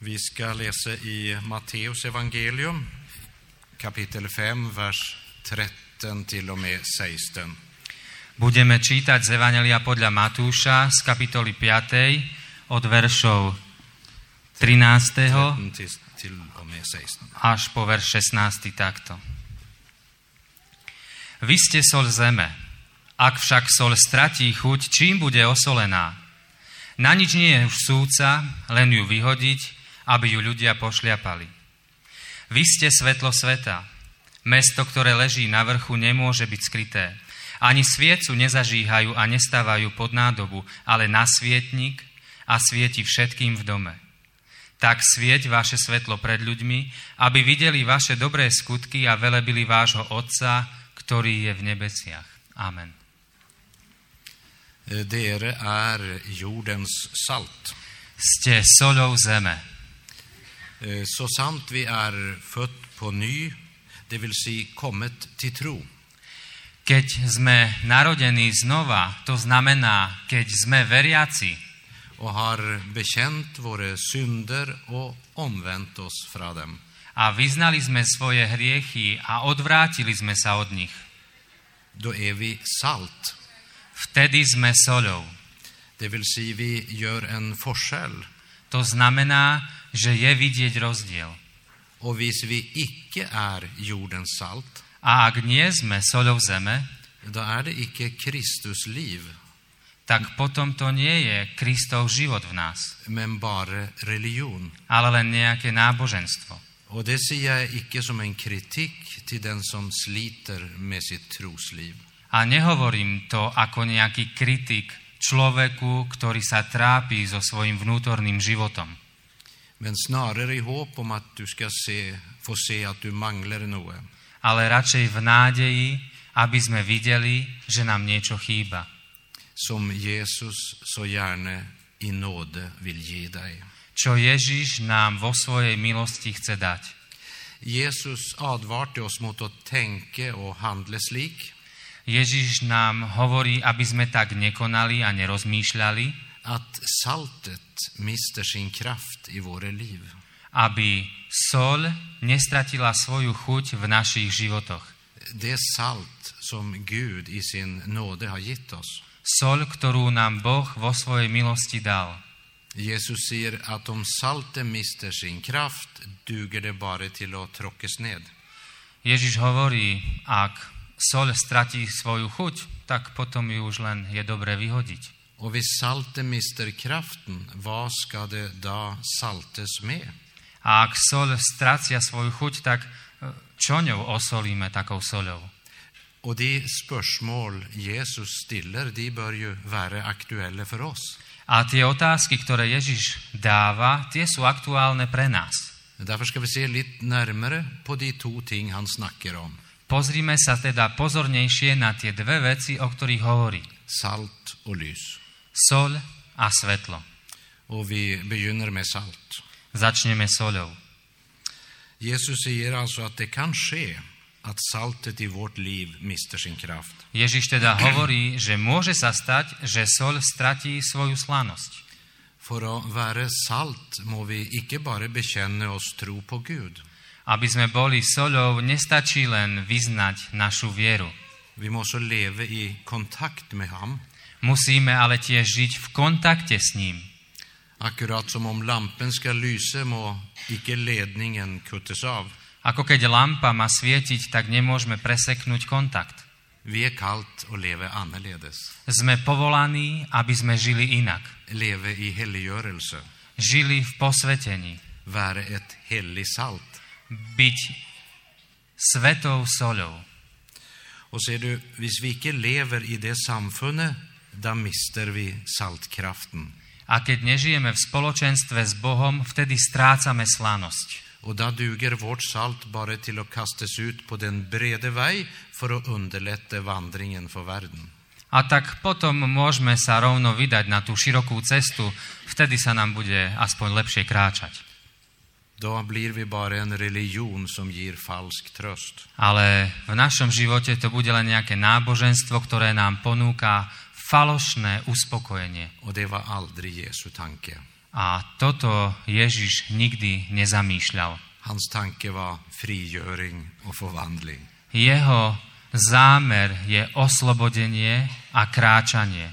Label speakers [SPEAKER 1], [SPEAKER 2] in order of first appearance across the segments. [SPEAKER 1] Vi ska läsa i Matteus evangelium, kapitel 5, vers 13 till och med 16.
[SPEAKER 2] Budeme čítať z Evanelia podľa Matúša z kapitoly 5 od veršov 13.
[SPEAKER 1] 13 till, till och med 16.
[SPEAKER 2] až po verš 16 takto. Vy ste sol zeme. Ak však sol stratí chuť, čím bude osolená? Na nič nie je už súca, len ju vyhodiť, aby ju ľudia pošliapali. Vy ste svetlo sveta. Mesto, ktoré leží na vrchu, nemôže byť skryté. Ani sviecu nezažíhajú a nestávajú pod nádobu, ale na svietnik a svieti všetkým v dome. Tak svieť vaše svetlo pred ľuďmi, aby videli vaše dobré skutky a velebili vášho Otca, ktorý je v nebesiach. Amen.
[SPEAKER 1] Eh, Dere är jordens salt.
[SPEAKER 2] Ste solou zeme.
[SPEAKER 1] Eh, Så sant vi är fött på ny, det vill säga kommit till tro,
[SPEAKER 2] Keď sme narodení znova, to znamená, keď sme veriaci
[SPEAKER 1] och har bekänt våra synder och omvänt oss från dem,
[SPEAKER 2] a vyznali sme svoje hriechy a odvrátili sme sa od nich,
[SPEAKER 1] då är vi salt.
[SPEAKER 2] vtedy sme solou.
[SPEAKER 1] Det vill säga, vi gör en forskel.
[SPEAKER 2] To znamená, že je vidieť rozdiel.
[SPEAKER 1] Och hvis vi icke är jordens salt,
[SPEAKER 2] A ak nie sme solou zeme,
[SPEAKER 1] då är det icke Kristus liv,
[SPEAKER 2] tak potom to nie je Kristov život v nás,
[SPEAKER 1] men bara religion.
[SPEAKER 2] ale len nejaké náboženstvo.
[SPEAKER 1] Och det säger jag icke som en kritik till den som sliter med sitt trosliv.
[SPEAKER 2] A nehovorím to ako nejaký kritik človeku, ktorý sa trápi so svojim vnútorným životom,
[SPEAKER 1] Men snarare i hopp om att du ska se, få se att du manglar något.
[SPEAKER 2] ale radšej v nádeji, aby sme videli, že nám niečo chýba.
[SPEAKER 1] Som Jesus så gärna i nåde vill ge dig.
[SPEAKER 2] Čo Ježiš nám vo svojej milosti chce dať.
[SPEAKER 1] Jesus advarte oss mot att tänka och handla slik,
[SPEAKER 2] Ježiš nám hovorí, aby sme tak nekonali a nerozmýšľali,
[SPEAKER 1] att saltet mister sin kraft i våra liv.
[SPEAKER 2] aby sol nestratila svoju chuť v našich životoch.
[SPEAKER 1] det salt som Gud i sin nåde har gett oss.
[SPEAKER 2] Sol, ktorú nám Boh vo svojej milosti dal.
[SPEAKER 1] Jesus säger att om saltet mister sin kraft duger det bara till att tråckas ned.
[SPEAKER 2] Ježiš hovorí, ak sol stratí svoju chuť, tak potom ju už len je dobre vyhodiť.
[SPEAKER 1] Och hvis saltet mister kraften, vad ska det då saltes med?
[SPEAKER 2] A ak sol stracia svoju chuť, tak eh, čo ňou osolíme takou solou?
[SPEAKER 1] Och de spörsmål Jesus stiller, de bör ju vara aktuella för oss.
[SPEAKER 2] A tie otázky, ktoré Ježiš dáva, tie sú aktuálne pre nás.
[SPEAKER 1] Därför ska vi se lite närmare på de två ting han snackar om,
[SPEAKER 2] Pozrime sa teda pozornejšie na tie dve veci, o ktorých hovorí.
[SPEAKER 1] salt och lys.
[SPEAKER 2] Sol a svetlo.
[SPEAKER 1] Och vi begynner med salt.
[SPEAKER 2] Začneme solou.
[SPEAKER 1] Jesus säger alltså att det kan ske att saltet i vårt liv mister sin kraft.
[SPEAKER 2] Ježiš teda hovorí, že môže sa stať, že sol stratí svoju slanosť.
[SPEAKER 1] För att vara salt må vi icke bara bekänna oss tro på Gud.
[SPEAKER 2] Aby sme boli solou, nestačí len vyznať našu vieru.
[SPEAKER 1] Vi måste leva i kontakt med ham,
[SPEAKER 2] Musíme ale tiež žiť v kontakte s ním.
[SPEAKER 1] akkurat som om lampen ska lysa må icke ledningen kuttas av.
[SPEAKER 2] Ako keď lampa má svietiť, tak nemôžeme preseknúť kontakt.
[SPEAKER 1] Vi är kallt och leva annorledes.
[SPEAKER 2] Sme povolaní, aby sme žili inak.
[SPEAKER 1] Leva i helliggörelse,
[SPEAKER 2] Žili v posvetení.
[SPEAKER 1] vara ett hellig salt.
[SPEAKER 2] Byť svetou solou.
[SPEAKER 1] Och ser du, hvis vi icke lever i det samfundet där mister vi saltkraften.
[SPEAKER 3] A keď nežijeme v spoločenstve s Bohom, vtedy strácame slanosť.
[SPEAKER 1] Och där duger vårt salt bara till att kastas ut på den breda väg för att underlätta vandringen för världen.
[SPEAKER 3] A tak potom môžeme sa rovno vydať na tú širokú cestu, vtedy sa nám bude aspoň lepšie kráčať.
[SPEAKER 1] Då blir vi bara en religion som ger falsk tröst.
[SPEAKER 3] Ale v našom živote to bude len nejaké náboženstvo, ktoré nám ponúka falošné uspokojenie.
[SPEAKER 1] Och det var aldrig Jesu tanke.
[SPEAKER 3] A toto Ježiš nikdy nezamýšľal.
[SPEAKER 1] Hans tanke var frigöring och förvandling.
[SPEAKER 3] Jeho zámer je oslobodenie a kráčanie,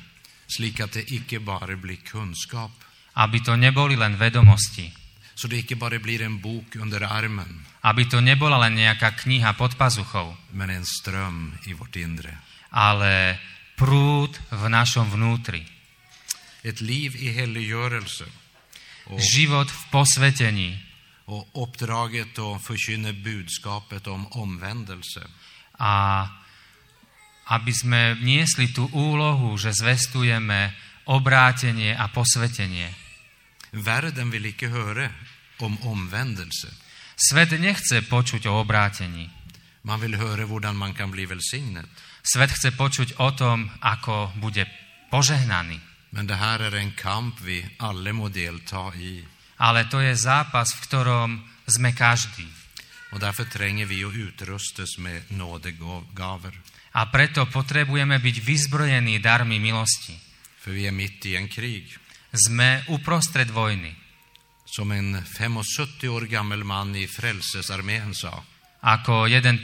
[SPEAKER 1] Slik att det icke bara blir kunskap.
[SPEAKER 3] aby to neboli len vedomosti,
[SPEAKER 1] Så det icke bara blir en bok under armen,
[SPEAKER 3] aby to nebola len nejaká kniha pod pazuchou,
[SPEAKER 1] men en ström i vårt inre.
[SPEAKER 3] ale prúd v našom vnútri,
[SPEAKER 1] Ett liv i helliggörelse. Och
[SPEAKER 3] život v posvetení
[SPEAKER 1] och uppdraget att förkynna budskapet om omvändelse.
[SPEAKER 3] a aby sme niesli tú úlohu, že zvestujeme obrátenie a posvetenie.
[SPEAKER 1] Världen vill icke höra om omvändelse.
[SPEAKER 3] Svet nechce počuť o obrátení.
[SPEAKER 1] Man vill höra hur man kan bli välsignad.
[SPEAKER 3] Svet chce počuť o tom, ako bude požehnaný.
[SPEAKER 1] Men det här är en kamp vi alla må delta i.
[SPEAKER 3] Ale to je zápas, v ktorom sme každý.
[SPEAKER 1] Och därför tränger vi att utrustas med nådegaver.
[SPEAKER 3] A preto potrebujeme byť vyzbrojení darmi milosti.
[SPEAKER 1] För vi är mitt i en krig.
[SPEAKER 3] Sme uprostred vojny.
[SPEAKER 1] Som en 75 år gammal man i Frälsesarmén sa.
[SPEAKER 3] Ako jeden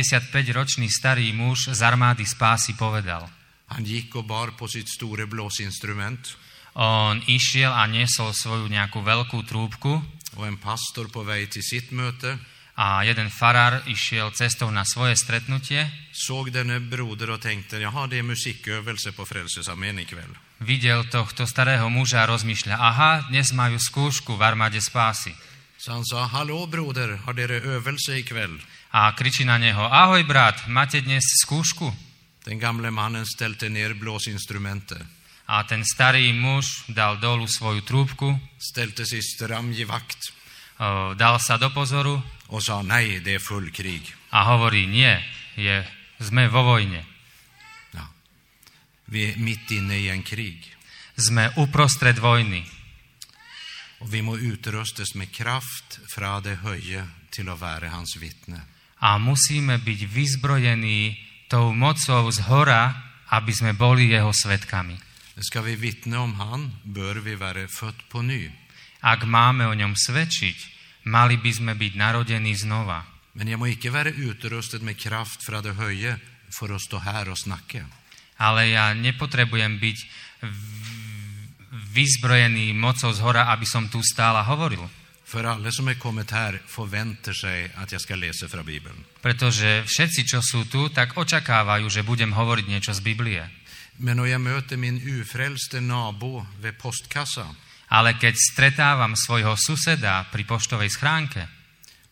[SPEAKER 3] 75-ročný starý muž z armády spásy povedal.
[SPEAKER 1] Han gick och bar på sitt store blåsinstrument.
[SPEAKER 3] On išiel a niesol svoju nejakú veľkú trúbku
[SPEAKER 1] Och en pastor på väg till sitt möte
[SPEAKER 3] a jeden farár išiel cestou na svoje stretnutie,
[SPEAKER 1] såg denne broder och tänkte, jaha, det är musikövelse på Frälsesarmén ikväll.
[SPEAKER 3] videl tohto starého muža a rozmýšľa, aha, dnes majú skúšku v armáde spásy.
[SPEAKER 1] Så han sa, hallå broder, har dere övelse ikväll?
[SPEAKER 3] A kričí na neho, ahoj brat, máte dnes skúšku?
[SPEAKER 1] Den gamle mannen ställde ner blåsinstrumentet,
[SPEAKER 3] A ten starý muž dal dolu svoju trúbku,
[SPEAKER 1] ställde sig stram i vakt
[SPEAKER 3] o, dal sa do pozoru
[SPEAKER 1] och sa, nej, det är full krig.
[SPEAKER 3] a hovorí, nie, je, sme vo vojne.
[SPEAKER 1] Ja. Vi är mitt inne i en krig
[SPEAKER 3] Sme uprostred vojny
[SPEAKER 1] och vi må utrustas med kraft från det höje till att vara hans vittne.
[SPEAKER 3] a musíme byť vyzbrojení tou mocou z hora, aby sme boli jeho svetkami.
[SPEAKER 1] Ska vi vittna om han bör vi vara fött på ny.
[SPEAKER 3] Ak máme o ňom svedčiť, mali by sme byť narodení znova.
[SPEAKER 1] Men jag må icke vara utrustad med kraft från det höje för att stå här och snacka.
[SPEAKER 3] Ale ja nepotrebujem byť v- vyzbrojený mocou z hora, aby som tu stál a hovoril.
[SPEAKER 1] För alla som är kommit här förväntar sig att jag ska läsa från Bibeln.
[SPEAKER 3] Pretože všetci, čo sú tu, tak očakávajú, že budem hovoriť niečo z Biblie.
[SPEAKER 1] Men när jag möter min ufrälste nabo vid postkassan
[SPEAKER 3] Ale keď stretávam svojho suseda pri poštovej schránke,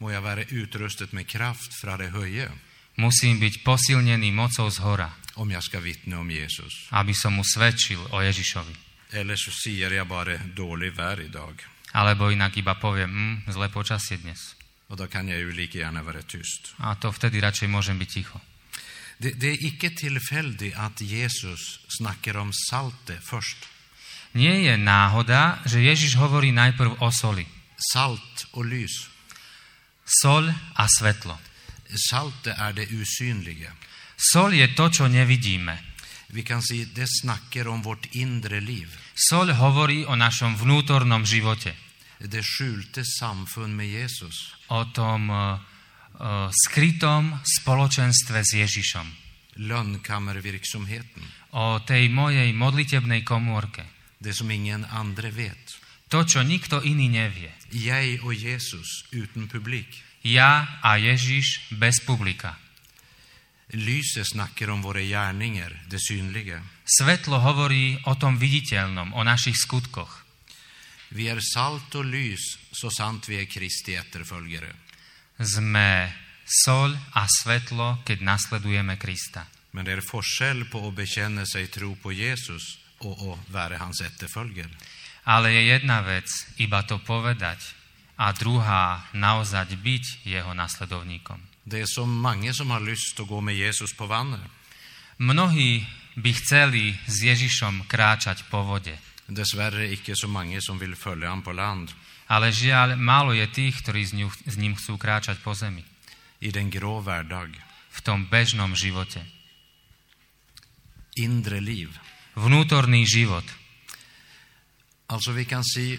[SPEAKER 1] må jag vara utrustad med kraft från det höje
[SPEAKER 3] musím byť posilnený mocou z hora,
[SPEAKER 1] om jag ska vittna om Jesus.
[SPEAKER 3] aby som mu svedčil o Ježišovi.
[SPEAKER 1] Eller så säger jag bara dålig vär idag
[SPEAKER 3] Alebo inak iba poviem, hm, zlé počasie dnes.
[SPEAKER 1] och då kan jag ju lika gärna vara tyst.
[SPEAKER 3] A to vtedy radšej môžem byť ticho.
[SPEAKER 1] Det, det är icke tillfälligt att Jesus snackar om salte först.
[SPEAKER 3] Nie je náhoda, že Ježiš hovorí najprv o soli.
[SPEAKER 1] Salt och lys.
[SPEAKER 3] Sol a svetlo.
[SPEAKER 1] Saltet är det osynliga.
[SPEAKER 3] Sol je to, čo nevidíme.
[SPEAKER 1] Vi kan se det snackar om vårt inre liv.
[SPEAKER 3] Sol hovorí o našom vnútornom živote.
[SPEAKER 1] Det skjulte samfund med Jesus.
[SPEAKER 3] o tom eh, eh, skrytom spoločenstve s Ježišom,
[SPEAKER 1] Lönnkammervirksomheten.
[SPEAKER 3] o tej mojej modlitebnej komórke.
[SPEAKER 1] Det som ingen andre vet.
[SPEAKER 3] To, čo nikto iný nevie.
[SPEAKER 1] Jag och Jesus utan publik.
[SPEAKER 3] Ja a Ježiš bez publika.
[SPEAKER 1] Lyset snackar om våra gärningar, det synliga.
[SPEAKER 3] Svetlo hovorí o tom viditeľnom, o našich skutkoch.
[SPEAKER 1] Vi är salt och lys så sant vi är Kristi efterföljare.
[SPEAKER 3] Sme sol a svetlo, keď nasledujeme Krista.
[SPEAKER 1] Men det är forskjell på att bekänna sig tro på Jesus och att vara hans efterföljer.
[SPEAKER 3] Ale je jedna vec iba to povedať a druhá naozaj byť jeho nasledovníkom.
[SPEAKER 1] Det är så många som har lust att gå med Jesus på vannet.
[SPEAKER 3] Mnohí by chceli s Ježišom kráčať po vode,
[SPEAKER 1] Dessvärre inte så många som vill följa honom på land.
[SPEAKER 3] ale žiaľ, málo je tých, ktorí z ňu- s ním chcú kráčať po zemi,
[SPEAKER 1] I den grå vardag.
[SPEAKER 3] v tom bežnom živote.
[SPEAKER 1] Inre liv.
[SPEAKER 3] Vnútorný život.
[SPEAKER 1] Alltså vi kan se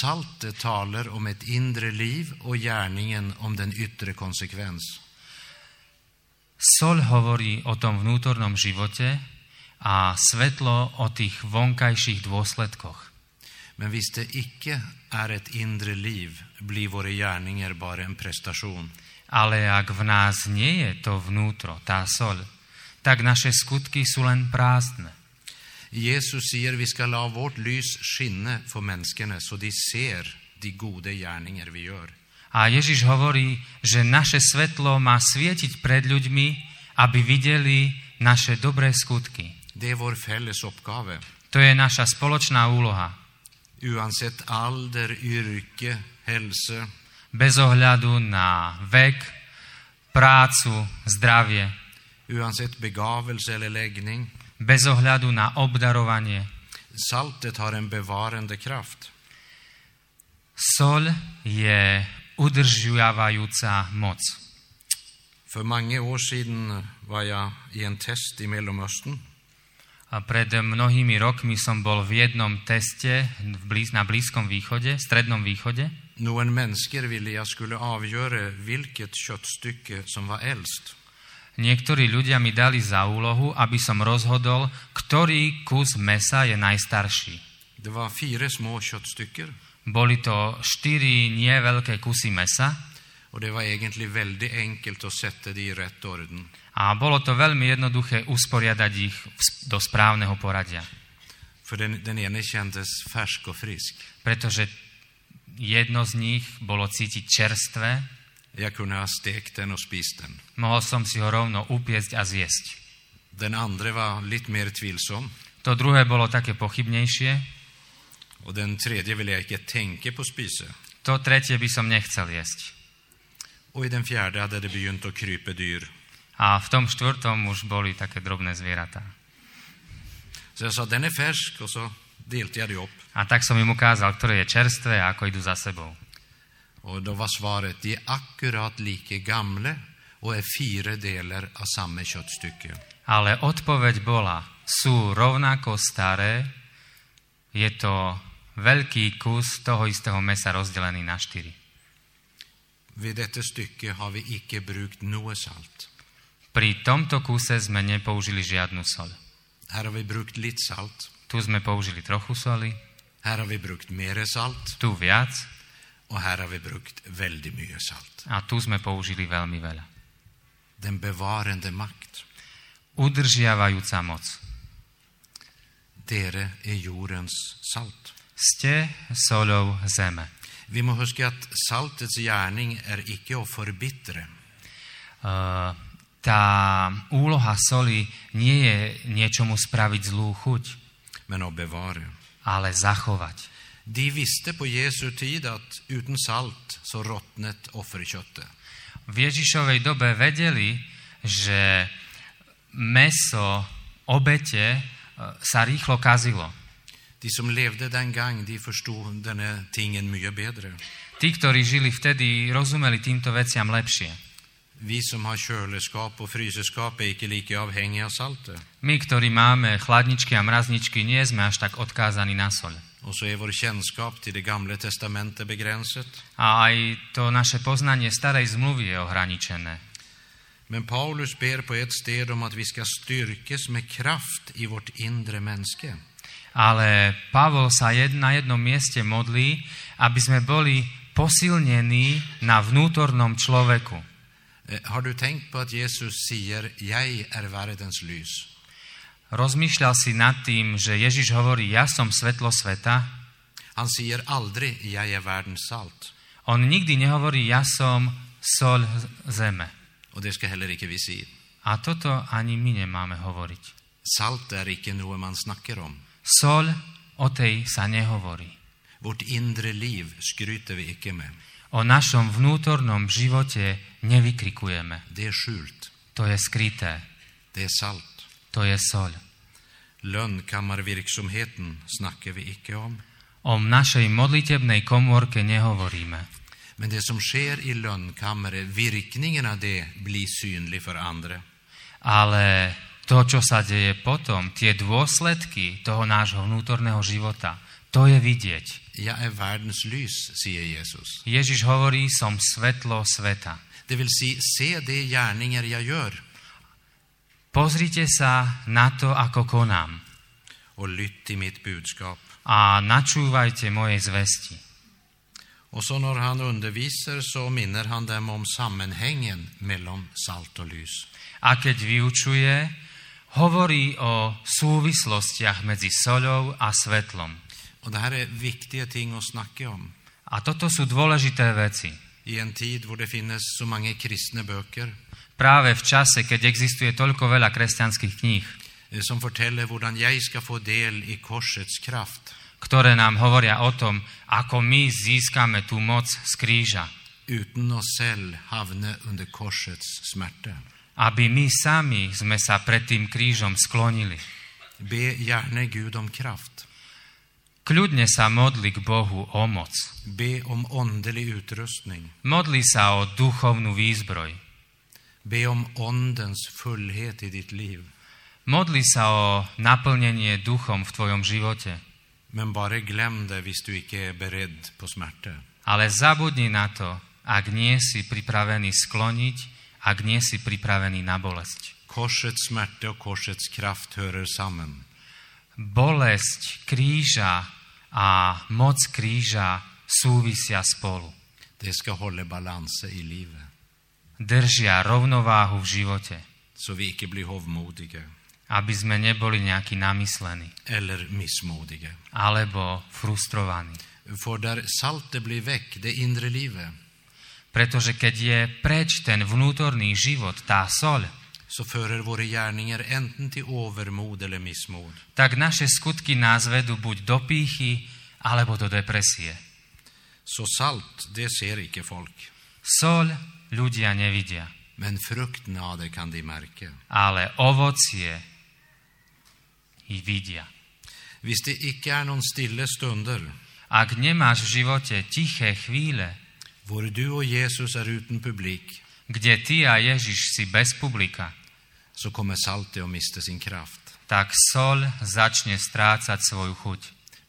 [SPEAKER 1] saltet talar om ett inre liv och gärningen om den yttre konsekvens.
[SPEAKER 3] Sol hovorí o tom vnútornom živote a svetlo o tých vonkajších dôsledkoch.
[SPEAKER 1] Men visst det icke är ett inre liv blir våra gärningar bara en prestation.
[SPEAKER 3] Ale ak v nás nie je to vnútro, tá sol, tak naše skutky sú len prázdne.
[SPEAKER 1] Jesus säger vi ska la vårt lys skinna för människorna så de ser de goda gärningar vi gör.
[SPEAKER 3] A Ježiš hovorí, že naše svetlo má svietiť pred ľuďmi, aby videli naše dobré skutky.
[SPEAKER 1] Det är vår fälles uppgave.
[SPEAKER 3] To je naša spoločná úloha.
[SPEAKER 1] Oavsett ålder, yrke, hälsa,
[SPEAKER 3] Bez ohľadu na vek, prácu, zdravie,
[SPEAKER 1] oavsett begavelse eller läggning.
[SPEAKER 3] bez ohľadu na obdarovanie.
[SPEAKER 1] Saltet har en bevarande kraft.
[SPEAKER 3] Sol je udržiavajúca moc.
[SPEAKER 1] För många år sedan var jag i en test i Mellanöstern.
[SPEAKER 3] A pred mnohými rokmi som bol v jednom teste v blíz, na Blízkom východe, Strednom východe.
[SPEAKER 1] Någon människor ville jag skulle avgöra vilket köttstycke som var äldst.
[SPEAKER 3] Niektorí ľudia mi dali za úlohu, aby som rozhodol, ktorý kus mesa je najstarší.
[SPEAKER 1] Det var fyra små köttstycken
[SPEAKER 3] Boli to štyri nieveľké kusy mesa
[SPEAKER 1] och det var egentligen väldigt enkelt att sätta det i rätt orden.
[SPEAKER 3] a bolo to veľmi jednoduché usporiadať ich v s- do správneho poradia.
[SPEAKER 1] För den, den ene kändes färsk och frisk.
[SPEAKER 3] Pretože jedno z nich bolo cítiť čerstvé,
[SPEAKER 1] Jag kunde ha stekt den och spist den.
[SPEAKER 3] mohol som si ho rovno upiecť a zjesť.
[SPEAKER 1] Den andra var lite mer tvilsom
[SPEAKER 3] To druhé bolo také pochybnejšie,
[SPEAKER 1] och den tredje ville jag inte tänka på att spisa.
[SPEAKER 3] to tretie by som nechcel jesť.
[SPEAKER 1] Och i den fjärde hade det begynt att krypa dyr.
[SPEAKER 3] A v tom štvrtom už boli také drobné zvieratá.
[SPEAKER 1] Så jag sa, den är färsk och så delte jag det upp.
[SPEAKER 3] A tak som im ukázal, ktoré je čerstvé a ako idú za sebou.
[SPEAKER 1] Och då var svaret, de är akkurat lika gamla och är fyra delar av samma köttstycke.
[SPEAKER 3] Ale odpoveď bola, sú rovnako staré, je to veľký kus toho istého mesa rozdelený na štyri.
[SPEAKER 1] Vid detta stycke har vi icke brukt något salt.
[SPEAKER 3] Pri tomto kuse sme nepoužili žiadnu sol.
[SPEAKER 1] Här har vi brukt lite salt.
[SPEAKER 3] Tu sme použili trochu soli,
[SPEAKER 1] Här har vi brukt mer salt
[SPEAKER 3] tu viac
[SPEAKER 1] och här har vi brukt väldigt mycket salt.
[SPEAKER 3] a tu sme použili veľmi veľa.
[SPEAKER 1] Den bevarande makt.
[SPEAKER 3] Udržiavajúca moc.
[SPEAKER 1] Dere är jordens salt.
[SPEAKER 3] Ste solou zeme. E,
[SPEAKER 1] Vi må huska att saltets gärning är icke att förbittra.
[SPEAKER 3] Eh, tá úloha soli nie je niečomu spraviť zlú chuť,
[SPEAKER 1] men att bevara.
[SPEAKER 3] ale zachovať.
[SPEAKER 1] De visste på Jesu tid att utan salt så rottnet offerköttet.
[SPEAKER 3] V Ježišovej dobe vedeli, že meso obete eh, sa rýchlo kazilo.
[SPEAKER 1] De som levde den gang, de förstod den här tingen mycket bättre.
[SPEAKER 3] Tí, ktorí žili vtedy, rozumeli týmto veciam lepšie.
[SPEAKER 1] Vi som har köleskap och fryseskap är icke lika avhängiga av saltet.
[SPEAKER 3] My, ktorí máme chladničky a mrazničky, nie sme až tak odkázaní na sol.
[SPEAKER 1] Och så är vår kännskap till det gamla testamentet begränsat.
[SPEAKER 3] A aj to naše poznanie starej zmluvy je ohraničené.
[SPEAKER 1] Men Paulus ber på ett sted om att vi ska styrkes med kraft i vårt inre mänske.
[SPEAKER 3] Ale Pavol sa jed, na jednom mieste modlí, aby sme boli posilnení na vnútornom človeku.
[SPEAKER 1] Eh, Har du tänkt på att Jesus säger ”Jag är världens lys”?
[SPEAKER 3] Rozmýšľal si nad tým, že Ježiš hovorí, ja som svetlo sveta.
[SPEAKER 1] Han säger aldrig ”Jag är världens salt”.
[SPEAKER 3] On nikdy nehovorí, ja som sol z- zeme.
[SPEAKER 1] Och det ska heller icke vi se.
[SPEAKER 3] A A toto ani my nemáme hovoriť.
[SPEAKER 1] Salt är icke något man snackar om.
[SPEAKER 3] Sol, o tej sa nehovorí.
[SPEAKER 1] Vårt inre liv skryter vi icke med.
[SPEAKER 3] O našom vnútornom živote nevykrikujeme.
[SPEAKER 1] Det är skjult.
[SPEAKER 3] To je skryté.
[SPEAKER 1] Det är salt.
[SPEAKER 3] To je sol.
[SPEAKER 1] Lönnkammarvirksomheten snackar vi icke om.
[SPEAKER 3] O našej modlitebnej komórke nehovoríme.
[SPEAKER 1] Men det som sker i lönnkammare, virkningen av det blir synlig för andra.
[SPEAKER 3] Ale to, čo sa deje potom, tie dôsledky toho nášho vnútorného života, to je vidieť.
[SPEAKER 1] Jag är världens lys, säger Jesus.
[SPEAKER 3] Ježiš hovorí, som svetlo sveta.
[SPEAKER 1] Det vill säga, se de gärningar jag gör
[SPEAKER 3] Pozrite sa na to, ako konám
[SPEAKER 1] och lytt till mitt budskap.
[SPEAKER 3] a načúvajte mojej zvesti.
[SPEAKER 1] Och så när han undervisar så minner han dem om sammanhängen mellan salt och lys.
[SPEAKER 3] A keď vyučuje, hovorí o súvislostiach medzi soľou a svetlom.
[SPEAKER 1] Och det här är viktiga ting att snacka om.
[SPEAKER 3] A toto sú dôležité veci.
[SPEAKER 1] I en tid då det finns så många kristna böcker
[SPEAKER 3] Práve v čase, keď existuje toľko veľa kresťanských kníh,
[SPEAKER 1] eh, som berättar hur jag ska få del i korsets kraft
[SPEAKER 3] ktoré nám hovoria o tom, ako my získame tú moc z kríža,
[SPEAKER 1] utan att själv havna under korsets smärta.
[SPEAKER 3] aby my sami sme sa pred tým krížom sklonili.
[SPEAKER 1] Be gärna Gud om kraft.
[SPEAKER 3] Kľudne sa modli k Bohu o moc.
[SPEAKER 1] Be om åndelig utrustning.
[SPEAKER 3] Modli sa o duchovnú výzbroj.
[SPEAKER 1] Be om ondens fullhet i ditt liv.
[SPEAKER 3] Modli sa o naplnenie duchom v tvojom živote.
[SPEAKER 1] Men bara glöm det hvis du inte är beredd på smärta.
[SPEAKER 3] Ale zabudni na to, ak nie si pripravený skloniť, ak nie si pripravený na bolesť.
[SPEAKER 1] Korsets smärta och korsets kraft hörer samman.
[SPEAKER 3] Bolesť kríža a moc kríža súvisia spolu.
[SPEAKER 1] Det ska hålla balansen i livet,
[SPEAKER 3] Držia rovnováhu v živote,
[SPEAKER 1] så vi inte blir hovmodiga
[SPEAKER 3] aby sme neboli nejaký namyslení
[SPEAKER 1] eller missmodiga.
[SPEAKER 3] alebo frustrovaní.
[SPEAKER 1] För där saltet blir väck, det inre livet,
[SPEAKER 3] Pretože keď je preč ten vnútorný život, tá soľ,
[SPEAKER 1] så förer våra gärningar enten till övermod eller missmod.
[SPEAKER 3] tak naše skutky nás vedú buď do pýchy, alebo do depresie.
[SPEAKER 1] Så salt, det ser icke folk,
[SPEAKER 3] Soľ ľudia nevidia,
[SPEAKER 1] men frukten av det kan de märka.
[SPEAKER 3] ale ovocie i vidia.
[SPEAKER 1] Visst det icke är någon stilla stunder,
[SPEAKER 3] Ak nemáš v živote tiché chvíle,
[SPEAKER 1] vår du och Jesus är utan publik,
[SPEAKER 3] kde ty a Ježiš si bez publika,
[SPEAKER 1] så kommer saltet att mista sin kraft.
[SPEAKER 3] tak sol začne strácať svoju chuť.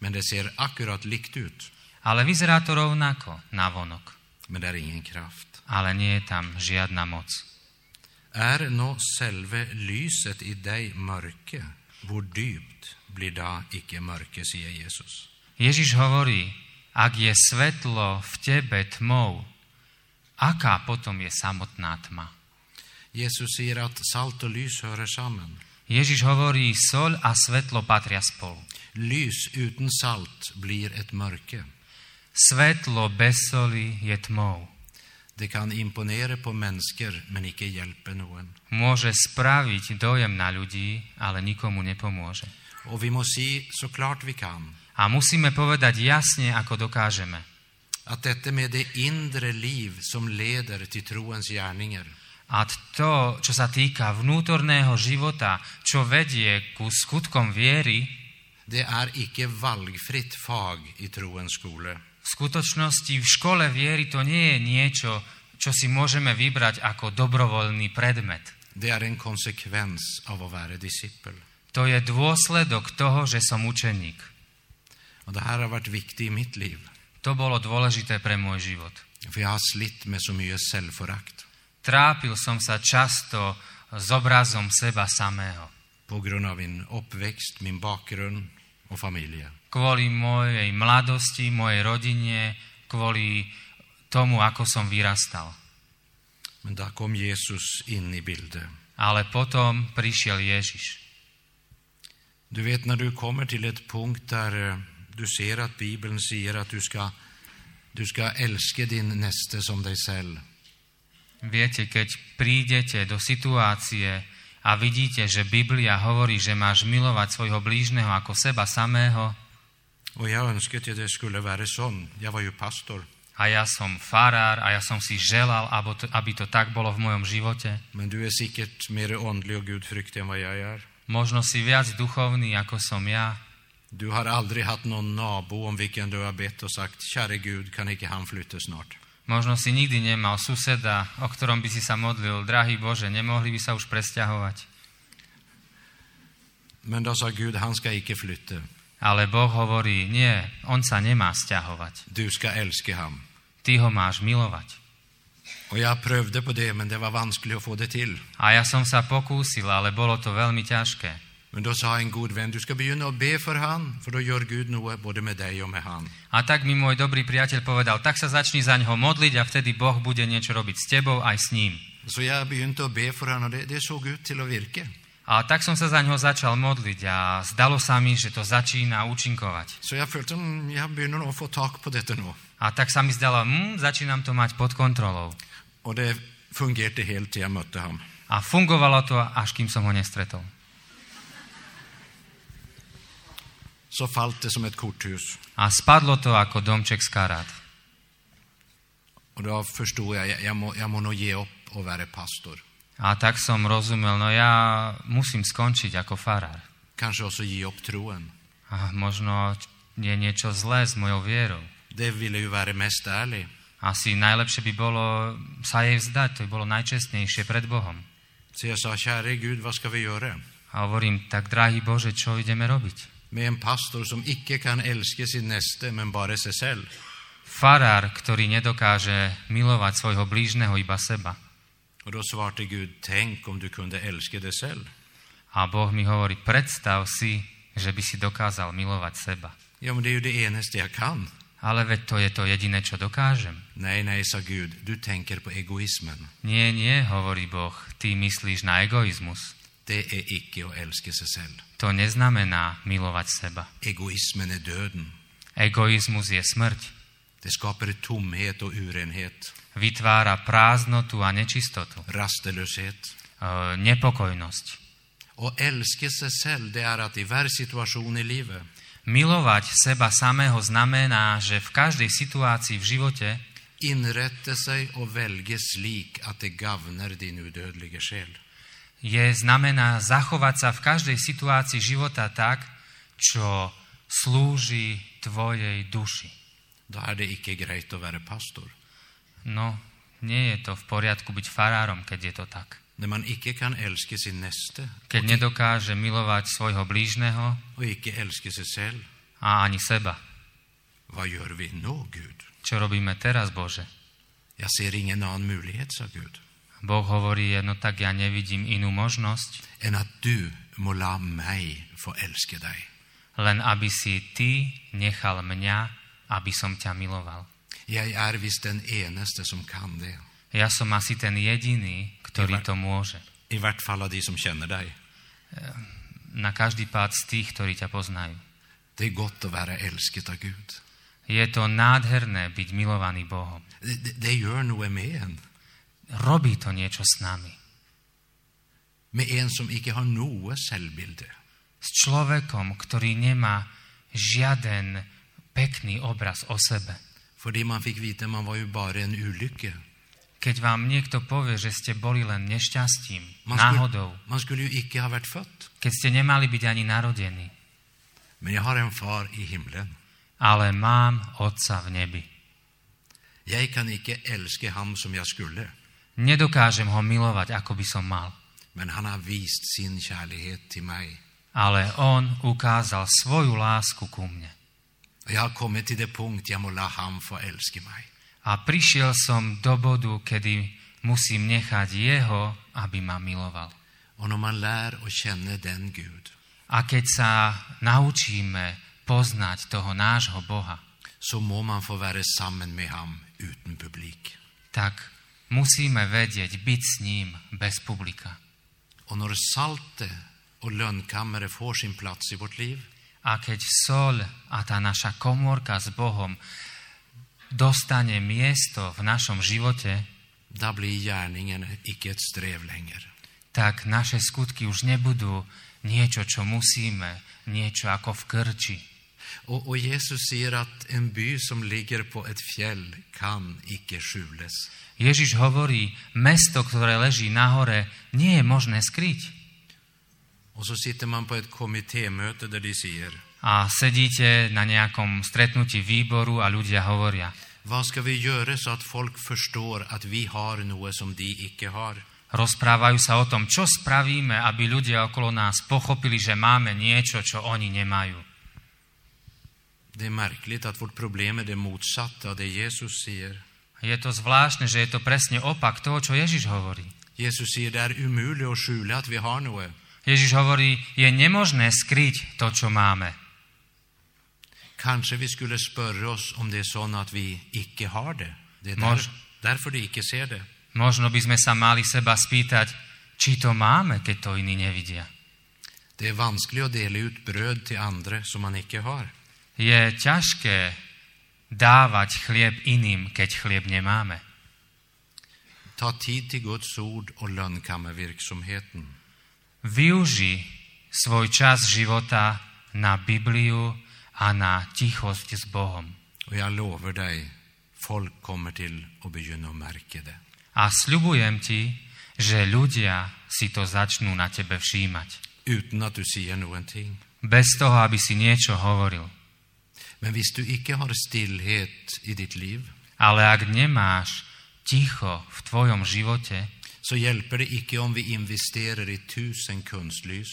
[SPEAKER 1] Men det ser akkurat likt ut,
[SPEAKER 3] Ale vyzerá to rovnako navonok,
[SPEAKER 1] men det är ingen kraft.
[SPEAKER 3] ale nie je tam žiadna moc.
[SPEAKER 1] Är nå selve lyset i dig mörke, hvor dypt blir da ikke mørke, sier Jesus.
[SPEAKER 3] Ježiš hovorí, ak je svetlo v tebe tmou, aká potom je samotná tma?
[SPEAKER 1] Jesus sier at salt og lys hører sammen.
[SPEAKER 3] Ježiš hovorí, sol a svetlo patria spolu.
[SPEAKER 1] Lys uten salt blir et mørke.
[SPEAKER 3] Svetlo bez soli je tmou.
[SPEAKER 1] Det kan imponere på mennesker, men ikke hjelpe noen.
[SPEAKER 3] Môže spraviť dojem na ľudí, ale nikomu nepomôže.
[SPEAKER 1] Og vi må si så klart vi kan
[SPEAKER 3] A musíme povedať jasne, ako dokážeme.
[SPEAKER 1] at dette med det indre liv som leder til troens gjerninger,
[SPEAKER 3] A to, čo sa týka vnútorného života, čo vedie ku skutkom viery,
[SPEAKER 1] det er ikke valgfritt fag i troens skole.
[SPEAKER 3] v skutočnosti v škole viery to nie je niečo, čo si môžeme vybrať ako dobrovoľný predmet.
[SPEAKER 1] Det er en konsekvens av å være disippel.
[SPEAKER 3] To je dôsledok toho, že som učeník.
[SPEAKER 1] Och det här har varit viktigt i mitt liv,
[SPEAKER 3] To bolo dôležité pre môj život.
[SPEAKER 1] för jag har slitt med så mycket självförakt
[SPEAKER 3] Trápil som sa často s obrazom seba samého.
[SPEAKER 1] på grund av min uppväxt, min bakgrund och familjen.
[SPEAKER 3] Kvôli mojej mladosti, mojej rodine, kvôli tomu, ako som vyrastal.
[SPEAKER 1] Men där kom Jesus in i bilden.
[SPEAKER 3] Ale potom prišiel Ježiš.
[SPEAKER 1] Du vet när du kommer till ett punkt där eh, du ser att Bibeln säger att du ska, du ska älska din näste som dig själv.
[SPEAKER 3] Viete, keď prídete do situácie a vidíte, že Biblia hovorí, že máš milovať svojho blížneho ako seba samého,
[SPEAKER 1] Och jag önskat att det skulle vara sån. Jag var ju pastor,
[SPEAKER 3] a ja som farár a ja som si želal, abo to- aby to tak bolo v mojom živote,
[SPEAKER 1] men du är säkert mer andlig och gudfryktig än vad jag är.
[SPEAKER 3] možno si viac duchovný ako som ja,
[SPEAKER 1] Du har aldrig haft någon nabo om vilken du har bett och sagt, käre Gud, kan icke han flytta snart?
[SPEAKER 3] možno si nikdy nemal suseda, o ktorom by si sa modlil, drahý Bože, nemohli by sa už presťahovať.
[SPEAKER 1] Men då sa Gud, han ska icke flytta.
[SPEAKER 3] Ale Boh hovorí, nie, on sa nemá sťahovať.
[SPEAKER 1] Du ska älska ham.
[SPEAKER 3] Ty ho máš milovať.
[SPEAKER 1] Och jag prövde på det, men det var vanskligt att få det till.
[SPEAKER 3] A ja som sa pokúsil, ale bolo to veľmi ťažké.
[SPEAKER 1] Men då sa en god vän, du ska begynna att be för han, för då gör Gud något både med dig och med han.
[SPEAKER 3] A tak mi môj dobrý priateľ povedal, tak sa začni za ňoho modliť a vtedy Boh bude niečo robiť s tebou aj s ním.
[SPEAKER 1] Så jag begynte att be för han och det, det såg ut till att virka.
[SPEAKER 3] A tak som sa za ňoho začal modliť a zdalo sa mi, že to začína účinkovať.
[SPEAKER 1] Så jag följde, mm, jag begynner nog få tak på detta nu.
[SPEAKER 3] A tak sa mi zdalo, hm, začínam to mať pod kontrolou.
[SPEAKER 1] Och det fungerade helt till jag mötte honom.
[SPEAKER 3] A fungovalo to, až kým som ho nestretol.
[SPEAKER 1] Så fallt det som ett korthus.
[SPEAKER 3] A spadlo to ako domček z karát.
[SPEAKER 1] Och då förstod jag, jag, jag, må, jag må nog ge upp och vara pastor.
[SPEAKER 3] A tak som rozumel, no ja musím skončiť ako farár.
[SPEAKER 1] Kanske också ge upp troen.
[SPEAKER 3] A možno je niečo zlé s mojou vierou.
[SPEAKER 1] Det ville ju vara mest ärlig.
[SPEAKER 3] Asi najlepšie by bolo sa jej vzdať, to by bolo najčestnejšie pred Bohom.
[SPEAKER 1] Så jag sa, käre Gud, vad ska vi göra?
[SPEAKER 3] A hovorím, tak drahý Bože, čo ideme robiť?
[SPEAKER 1] Med en pastor som icke kan älska sin näste, men bara sig själv.
[SPEAKER 3] Farár, ktorý nedokáže milovať svojho blížneho iba seba.
[SPEAKER 1] Och då svarte Gud, tänk om du kunde älska dig själv.
[SPEAKER 3] A Boh mi hovorí, predstav si, že by si dokázal milovať seba.
[SPEAKER 1] Ja, men det är ju det enaste jag kan.
[SPEAKER 3] Ale veď to je to jediné, čo dokážem.
[SPEAKER 1] Nej, nej, sa Gud, du tänker på egoismen.
[SPEAKER 3] Nie, nie, hovorí Boh, ty myslíš na egoizmus.
[SPEAKER 1] Det är icke att älska sig själv.
[SPEAKER 3] To neznamená milovať seba.
[SPEAKER 1] Egoismen är döden.
[SPEAKER 3] Egoizmus je smrť.
[SPEAKER 1] Det skapar tomhet och urenhet,
[SPEAKER 3] Vytvára prázdnotu a nečistotu.
[SPEAKER 1] rastlöshet.
[SPEAKER 3] E, nepokojnosť.
[SPEAKER 1] Och älska sig själv, det är att i varje situation i livet
[SPEAKER 3] Milovať seba samého znamená, že v každej situácii v živote
[SPEAKER 1] inrätta sig och välja slik att det gavnar din udödliga själ.
[SPEAKER 3] je znamená zachovať sa v každej situácii života tak, čo slúži tvojej duši.
[SPEAKER 1] Då är det icke grejt att vara pastor.
[SPEAKER 3] No, nie je to v poriadku byť farárom, keď je to tak.
[SPEAKER 1] När man icke kan älska sin näste
[SPEAKER 3] Keď nedokáže milovať svojho blížneho
[SPEAKER 1] och icke älska sig själv,
[SPEAKER 3] a ani seba.
[SPEAKER 1] vad gör vi nu, Gud?
[SPEAKER 3] Čo robíme teraz, Bože?
[SPEAKER 1] Jag ser ingen annan möjlighet, sa Gud,
[SPEAKER 3] Boh hovorí, no tak ja nevidím inú možnosť,
[SPEAKER 1] än att du må la mig få älska dig.
[SPEAKER 3] len aby si ty nechal mňa, aby som ťa miloval.
[SPEAKER 1] Jag är visst den enaste som kan det,
[SPEAKER 3] Ja som asi ten jediný, ktorý
[SPEAKER 1] Iba-
[SPEAKER 3] to môže.
[SPEAKER 1] i vart fall av de som känner dig.
[SPEAKER 3] Na každý pád z tých, ktorí ťa poznajú.
[SPEAKER 1] Det är gott att vara älskat av Gud.
[SPEAKER 3] Je to nádherné byť milovaný Bohom.
[SPEAKER 1] Det, det- det gör något med en,
[SPEAKER 3] Robí to niečo s nami.
[SPEAKER 1] med en som icke har något självbild.
[SPEAKER 3] S človekom, ktorý nemá žiaden pekný obraz o sebe.
[SPEAKER 1] Fordi man fick veta man var ju bara en olycka.
[SPEAKER 3] Keď vám niekto povie, že ste boli len nešťastím,
[SPEAKER 1] Man
[SPEAKER 3] náhodou,
[SPEAKER 1] skulle, man skulle ju icke ha varit född.
[SPEAKER 3] keď ste nemali byť ani narodení,
[SPEAKER 1] Men jag har en far i himlen.
[SPEAKER 3] ale mám Otca v nebi.
[SPEAKER 1] Jag kan icke älska ham som jag skulle,
[SPEAKER 3] Nedokážem ho milovať, ako by som mal.
[SPEAKER 1] men han har vist sin kärlighet till mig.
[SPEAKER 3] Ale on ukázal svoju lásku ku mne.
[SPEAKER 1] Och jag har kommit till det punkt jag må la ham få älska mig.
[SPEAKER 3] A prišiel som do bodu, kedy musím nechať jeho, aby ma miloval.
[SPEAKER 1] Och när man lär och känner den Gud,
[SPEAKER 3] A keď sa naučíme poznať toho nášho Boha,
[SPEAKER 1] så må man få vara samman med ham utan publik.
[SPEAKER 3] tak musíme vedieť byť s ním bez publika.
[SPEAKER 1] Och när saltet och lönnkammare får sin plats i vårt liv,
[SPEAKER 3] A keď sol a tá naša komórka s Bohom dostane miesto v našom živote,
[SPEAKER 1] då blir gärningen icke ett strev längre.
[SPEAKER 3] tak naše skutky už nebudú niečo, čo musíme, niečo ako v krči.
[SPEAKER 1] Och, och Jesus säger att en by som ligger på ett fjäll kan icke skjules.
[SPEAKER 3] Ježiš hovorí, mesto, ktoré leží na hore, nie je možné skryť.
[SPEAKER 1] Och så sitter man på ett kommittémöte där de säger,
[SPEAKER 3] A sedíte na nejakom stretnutí výboru a ľudia hovoria,
[SPEAKER 1] vad ska vi göra så att folk förstår att vi har något som de icke har?
[SPEAKER 3] rozprávajú sa o tom, čo spravíme, aby ľudia okolo nás pochopili, že máme niečo, čo oni nemajú.
[SPEAKER 1] Det är märkligt att vårt problem är det motsatta, det Jesus säger.
[SPEAKER 3] Je to zvláštne, že je to presne opak toho, čo Ježiš hovorí.
[SPEAKER 1] Jesus säger det är omöjligt att skjula att vi har något.
[SPEAKER 3] Ježiš hovorí, je nemožné skryť to, čo máme.
[SPEAKER 1] Kanske vi skulle spörra oss om det är så att vi icke har det. Det är
[SPEAKER 3] Mors-
[SPEAKER 1] där, därför de icke ser det.
[SPEAKER 3] Možno by sme sa mali seba spýtať, či to máme, keď to iní nevidia.
[SPEAKER 1] Det är vanskligt att dela ut bröd till andra som man icke har.
[SPEAKER 3] Je ťažké dávať chlieb iným, keď chlieb nemáme.
[SPEAKER 1] Ta tid till Guds ord och lönnkammarverksamheten.
[SPEAKER 3] Využi svoj čas života na Bibliu a na tichosť s Bohom.
[SPEAKER 1] Och jag lovar dig, folk kommer till att begynna att märka det.
[SPEAKER 3] A sľubujem ti, že ľudia si to začnú na tebe všímať.
[SPEAKER 1] Utan att du säger någonting.
[SPEAKER 3] Bez toho, aby si niečo hovoril.
[SPEAKER 1] Men visst du icke har stillhet i ditt liv,
[SPEAKER 3] Ale ak nemáš ticho v tvojom živote,
[SPEAKER 1] så hjälper det icke om vi investerar i tusen kunstlys.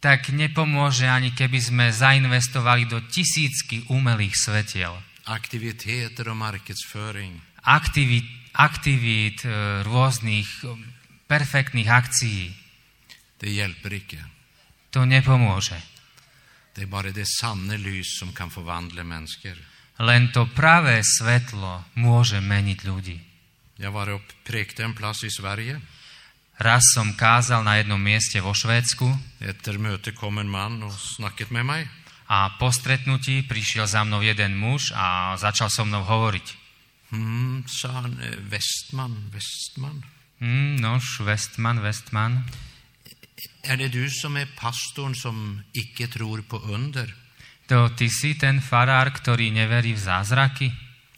[SPEAKER 3] tak nepomôže ani keby sme zainvestovali do tisícky umelých svetiel,
[SPEAKER 1] Aktiviteter och marknadsföring.
[SPEAKER 3] aktivít, aktivít e, rôznych e, perfektných akcií.
[SPEAKER 1] Det hjälper icke.
[SPEAKER 3] To nepomôže.
[SPEAKER 1] Det är bara det sanna lys som kan förvandla människor.
[SPEAKER 3] Len to pravé svetlo môže meniť ľudí.
[SPEAKER 1] Jag var och präkte en plats i Sverige.
[SPEAKER 3] Raz som kázal na jednom mieste vo Švédsku
[SPEAKER 1] Efter möte kom en man och snackade med mig.
[SPEAKER 3] a po stretnutí prišiel za mnou jeden muž a začal so mnou hovoriť.
[SPEAKER 1] Mm, sa han, "Eh, Westman, Westman.
[SPEAKER 3] Mm, nož, Westman, Westman,
[SPEAKER 1] Är det du som är pastorn som icke tror på under?
[SPEAKER 3] to ty si ten farár, ktorý neverí v zázraky?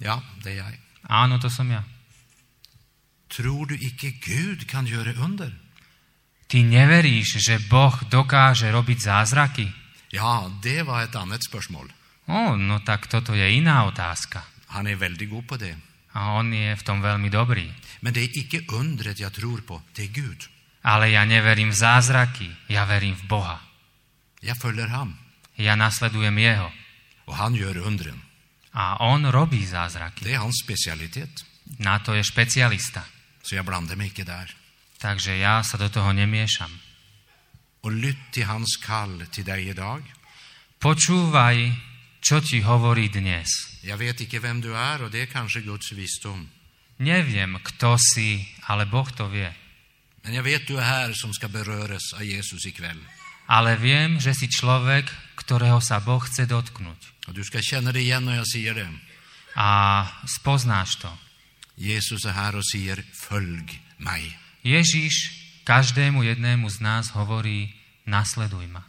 [SPEAKER 1] Ja, det är jag.
[SPEAKER 3] Áno, to som ja.
[SPEAKER 1] Tror du icke Gud kan göra under?
[SPEAKER 3] Ty neveríš, že Boh dokáže robiť zázraky?
[SPEAKER 1] Ja, det var ett annat spörsmål.
[SPEAKER 3] O, no tak toto je iná otázka.
[SPEAKER 1] Han är väldigt god på det.
[SPEAKER 3] A on je v tom veľmi dobrý.
[SPEAKER 1] Men det är icke undret jag tror på, det är Gud.
[SPEAKER 3] Ale ja neverím v zázraky, ja verím v Boha.
[SPEAKER 1] Jag följer han
[SPEAKER 3] Ja nasledujem Jeho.
[SPEAKER 1] och han gör undren.
[SPEAKER 3] A on robí zázraky.
[SPEAKER 1] Det är hans specialitet.
[SPEAKER 3] Na to je špecialista.
[SPEAKER 1] Så jag blandar mig icke där.
[SPEAKER 3] Takže ja sa do toho nemiešam.
[SPEAKER 1] Och lytt till hans kall till dig idag.
[SPEAKER 3] Počúvaj, čo ti hovorí dnes.
[SPEAKER 1] Jag vet icke vem du är och det är kanske Guds visdom.
[SPEAKER 3] Neviem, kto si, ale Boh to vie.
[SPEAKER 1] Men jag vet du är här som ska beröras av Jesus ikväll.
[SPEAKER 3] Ale viem, že si človek, ktorého sa Boh chce dotknúť.
[SPEAKER 1] Och du ska känna det igen när jag säger det.
[SPEAKER 3] A spoznáš to.
[SPEAKER 1] Jesus är här och säger följ mig.
[SPEAKER 3] Ježiš každému jednému z nás hovorí, nasleduj ma.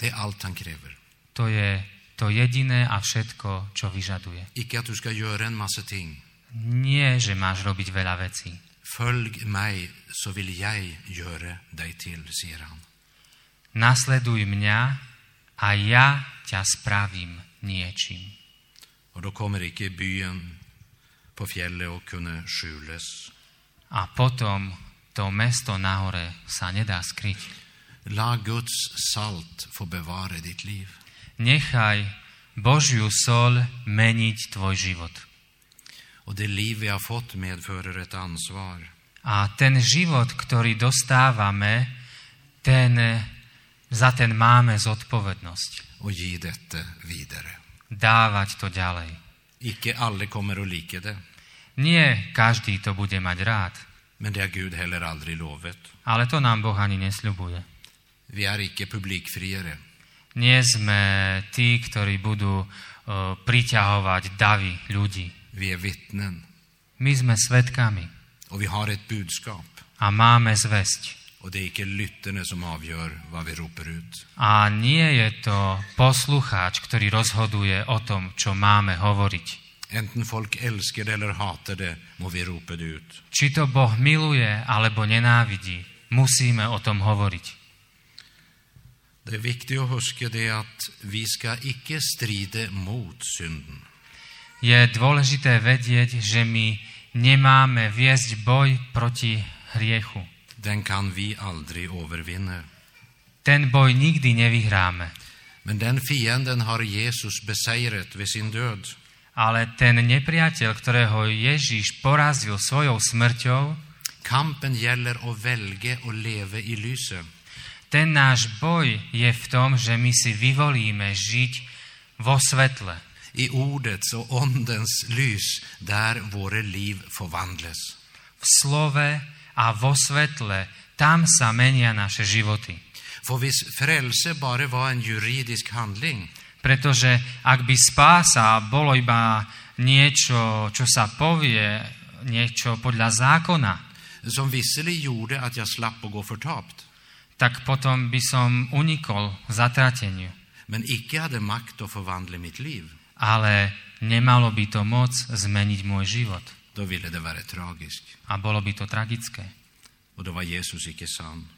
[SPEAKER 1] Det är allt han kräver.
[SPEAKER 3] To je to jediné a všetko, čo vyžaduje.
[SPEAKER 1] Icke att du ska göra en massa ting.
[SPEAKER 3] Nie, že máš robiť veľa vecí.
[SPEAKER 1] Följ mig så vill jag göra dig till, säger han.
[SPEAKER 3] Nasleduj mňa a ja ťa spravím niečím.
[SPEAKER 1] Och då kommer icke byn på fjället och kunna skjules.
[SPEAKER 3] A potom to mesto nahore sa nedá skryť.
[SPEAKER 1] La Guds salt få bevara ditt liv.
[SPEAKER 3] Nechaj Božiu sol meniť tvoj život.
[SPEAKER 1] Och det liv vi har fått medförer ett ansvar.
[SPEAKER 3] A ten život, ktorý dostávame, ten, za ten máme zodpovednosť.
[SPEAKER 1] Och ge detta vidare.
[SPEAKER 3] Dávať to ďalej.
[SPEAKER 1] Icke alla kommer att lika det.
[SPEAKER 3] Nie každý to bude mať rád,
[SPEAKER 1] Men det har Gud heller aldrig lovat.
[SPEAKER 3] ale to nám Boh ani nesľubuje.
[SPEAKER 1] Vi är icke publikfriare.
[SPEAKER 3] Nie sme tí, ktorí budú e, priťahovať davy ľudí.
[SPEAKER 1] Vi är vittnen.
[SPEAKER 3] My sme svetkami.
[SPEAKER 1] Och vi har ett budskap.
[SPEAKER 3] a máme zväzť.
[SPEAKER 1] Och det är inte lytterne som avgör vad vi ropar ut.
[SPEAKER 3] A nie je to poslucháč, ktorý rozhoduje o tom, čo máme hovoriť.
[SPEAKER 1] Enten folk älskar det eller hatar det må vi ropa det ut.
[SPEAKER 3] Či to Boh miluje alebo nenávidí, musíme o tom hovoriť.
[SPEAKER 1] Det är viktigt att huska det att vi ska icke strida mot synden.
[SPEAKER 3] Je dôležité vedieť, že my nemáme viesť boj proti hriechu.
[SPEAKER 1] Den kan vi aldrig övervinna.
[SPEAKER 3] Ten boj nikdy nevyhráme,
[SPEAKER 1] Men den fienden har Jesus besegrat vid sin död.
[SPEAKER 3] ale ten nepriateľ, ktorého Ježíš porazil svojou smrťou,
[SPEAKER 1] Kampen gäller att välja och leva i lyset.
[SPEAKER 3] ten náš boj je v tom, že my si vyvolíme žiť vo svetle,
[SPEAKER 1] I ordets och ondens lys där våra liv förvandlas.
[SPEAKER 3] v slove a vo svetle, tam sa menia naše životy.
[SPEAKER 1] För visst frälse bara var en juridisk handling
[SPEAKER 3] Pretože ak by spása bolo iba niečo, čo sa povie, niečo podľa zákona,
[SPEAKER 1] som visserligen gjorde att jag slapp att gå förtapt,
[SPEAKER 3] tak potom by som unikol zatrateniu.
[SPEAKER 1] men icke hade makt att förvandla mitt liv,
[SPEAKER 3] Ale nemalo by to moc zmeniť môj život.
[SPEAKER 1] då ville det vara tragiskt.
[SPEAKER 3] A bolo by to tragické.
[SPEAKER 1] Och då var Jesus icke sann.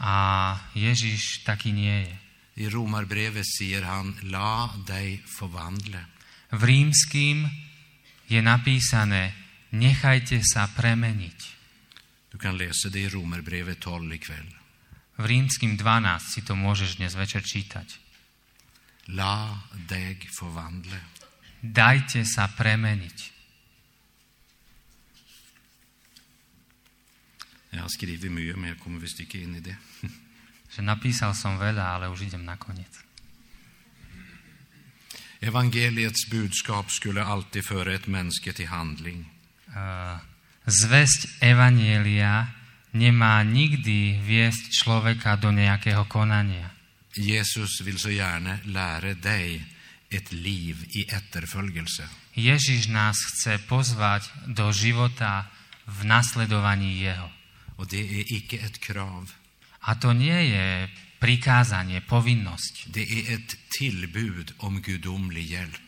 [SPEAKER 3] A Ježiš taký nie je.
[SPEAKER 1] I Romarbrevet säger han, la dig förvandla.
[SPEAKER 3] V rímským je napísané, nechajte sa premeniť.
[SPEAKER 1] Du kan läsa det i Romarbrevet 12 ikväll.
[SPEAKER 3] V rímským 12 si to môžeš dnes večer čítať.
[SPEAKER 1] La dig förvandla.
[SPEAKER 3] Dajte sa premeniť.
[SPEAKER 1] Jag har skrivit mycket, men jag kommer visst inte in i det.
[SPEAKER 3] že napísal som veľa, ale už idem na koniec. E,
[SPEAKER 1] Evangeliets budskap skulle alltid föra ett människa till handling.
[SPEAKER 3] Eh, Zväzť Evanielia nemá nikdy viesť človeka do nejakého konania.
[SPEAKER 1] Jesus vill så gärna lära dig ett liv i efterföljelse.
[SPEAKER 3] Ježiš nás chce pozvať do života v nasledovaní Jeho.
[SPEAKER 1] Och det är icke ett krav,
[SPEAKER 3] A to nie je prikázanie, povinnosť.
[SPEAKER 1] det är ett tillbud om gudomlig hjälp.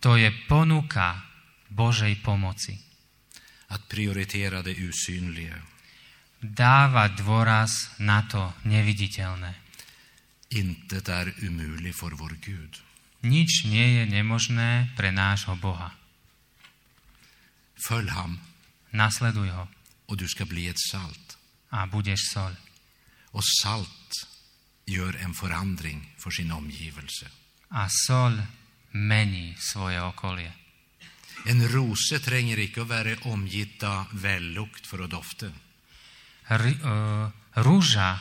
[SPEAKER 3] To je ponuka Božej pomoci.
[SPEAKER 1] Att prioritera det osynliga.
[SPEAKER 3] Dáva dôraz na to neviditeľné.
[SPEAKER 1] Intet är omöjligt för vår Gud.
[SPEAKER 3] Nič nie je nemožné pre nášho Boha.
[SPEAKER 1] Följ ham
[SPEAKER 3] Nasleduj ho.
[SPEAKER 1] och du ska bli ett salt.
[SPEAKER 3] a budeš sol.
[SPEAKER 1] Och salt gör en förändring för sin omgivelse.
[SPEAKER 3] A sol mení svoje okolie.
[SPEAKER 1] En rose trenger ikke å være omgitt av vellukt for å dofte.
[SPEAKER 3] Ry, uh, rúža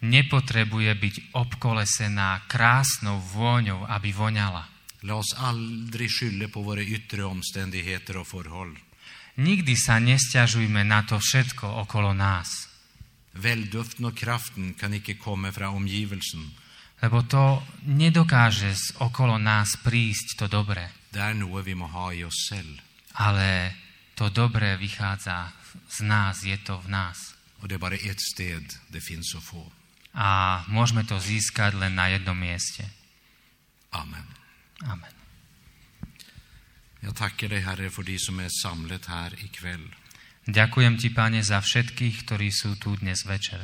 [SPEAKER 3] nepotrebuje byť obkolesená krásnou vôňou, aby voňala.
[SPEAKER 1] La oss aldri skylde på våre ytre omstendigheter og forhold.
[SPEAKER 3] Nikdy sa nestiažujme na to všetko okolo nás,
[SPEAKER 1] Velduften og kraften kan ikke komme fra omgivelsen.
[SPEAKER 3] lebo to nedokáže z okolo nás prísť to dobré,
[SPEAKER 1] Det er noe vi må ha i oss selv,
[SPEAKER 3] ale to dobré vychádza z nás, je to v nás.
[SPEAKER 1] og det er bare ett sted det fins å få.
[SPEAKER 3] A môžeme to získať len na jednom mieste.
[SPEAKER 1] Amen.
[SPEAKER 3] Amen.
[SPEAKER 1] Jeg takker deg, Herre, for de som er samlet her i kveld.
[SPEAKER 3] Ďakujem ti, Pane, za všetkých, ktorí sú tu dnes večer.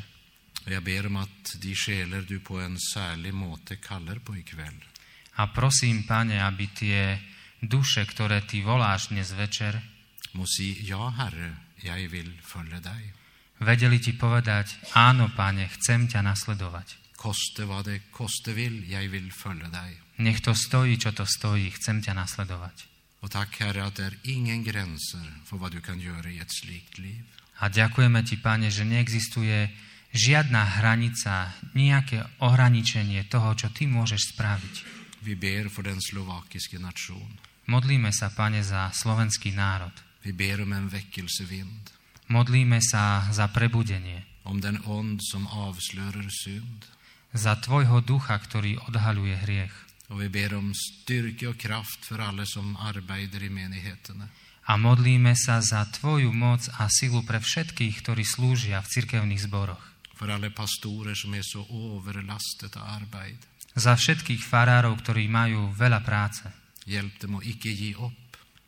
[SPEAKER 1] Og jeg ber om at de sjeler du på en særlig måte kaller på i kveld,
[SPEAKER 3] A prosím, Pane, aby tie duše, ktoré ty voláš dnes večer,
[SPEAKER 1] må si ja, Herre, jeg vil følge deg.
[SPEAKER 3] vedeli ti povedať, áno, Pane, chcem ťa nasledovať.
[SPEAKER 1] Koste hva det koste vil, jeg vil følge deg.
[SPEAKER 3] Nech to stojí, čo to stojí, chcem ťa nasledovať.
[SPEAKER 1] Og takk, Herre, at det er ingen grenser for hva du kan gjøre i et slikt liv.
[SPEAKER 3] A ďakujeme ti, Pane, že neexistuje žiadna hranica, nejaké ohraničenie toho, čo ty môžeš spraviť.
[SPEAKER 1] Vi ber for den slovakiske nasjon.
[SPEAKER 3] Modlíme sa, Pane, za slovenský národ.
[SPEAKER 1] Vi ber om en väckelsevind,
[SPEAKER 3] Modlíme sa za prebudenie.
[SPEAKER 1] om den ånd som avslörar synd.
[SPEAKER 3] za tvojho ducha, ktorý odhaľuje hriech.
[SPEAKER 1] Och vi ber om styrke och kraft för alla som arbetar i menigheterna.
[SPEAKER 3] a modlíme sa za Tvoju moc a silu pre všetkých, ktorí slúžia v cirkevných zboroch.
[SPEAKER 1] för alla pastorer som är så överlastet av arbete.
[SPEAKER 3] Za všetkých farárov, ktorí majú veľa práce.
[SPEAKER 1] Hjälp dem att icke ge upp.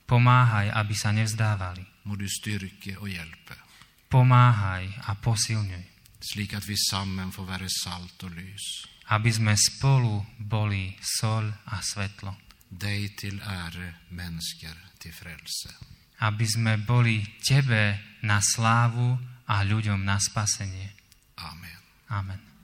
[SPEAKER 3] Pomáhaj, aby sa nevzdávali.
[SPEAKER 1] Må du styrke och hjälpa,
[SPEAKER 3] Pomáhaj a posilňuj,
[SPEAKER 1] slik att vi sammen får vara salt och lys.
[SPEAKER 3] aby sme spolu boli sol a svetlo.
[SPEAKER 1] Dig till ära, människor till frälse.
[SPEAKER 3] Aby sme boli Tebe na slávu a ľuďom na spasenie.
[SPEAKER 1] Amen.
[SPEAKER 3] Amen.